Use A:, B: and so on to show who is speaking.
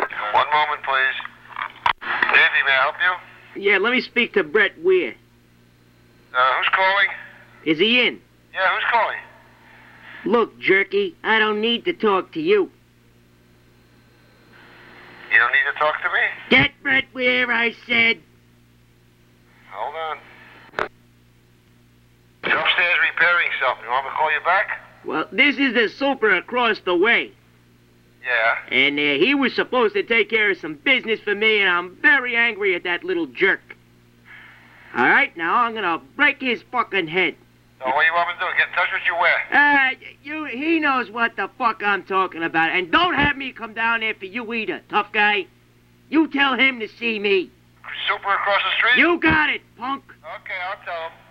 A: moment, please. Davey, may I help you?
B: Yeah, let me speak to Brett Weir.
A: Uh, who's calling?
B: Is he in?
A: Yeah, who's calling?
B: Look, Jerky, I don't need to talk to you.
A: You don't need to talk to me?
B: Get Brett Weir, I said.
A: Hold on. He's upstairs repairing something. You want me to call you back?
B: Well, this is the super across the way.
A: Yeah.
B: And uh, he was supposed to take care of some business for me, and I'm very angry at that little jerk. All right, now I'm gonna break his fucking head.
A: So what do you want me to do? Get in touch with you where?
B: Uh, you, he knows what the fuck I'm talking about, and don't have me come down there for you either, tough guy. You tell him to see me.
A: Super across the street?
B: You got it, punk.
A: Okay, I'll tell him.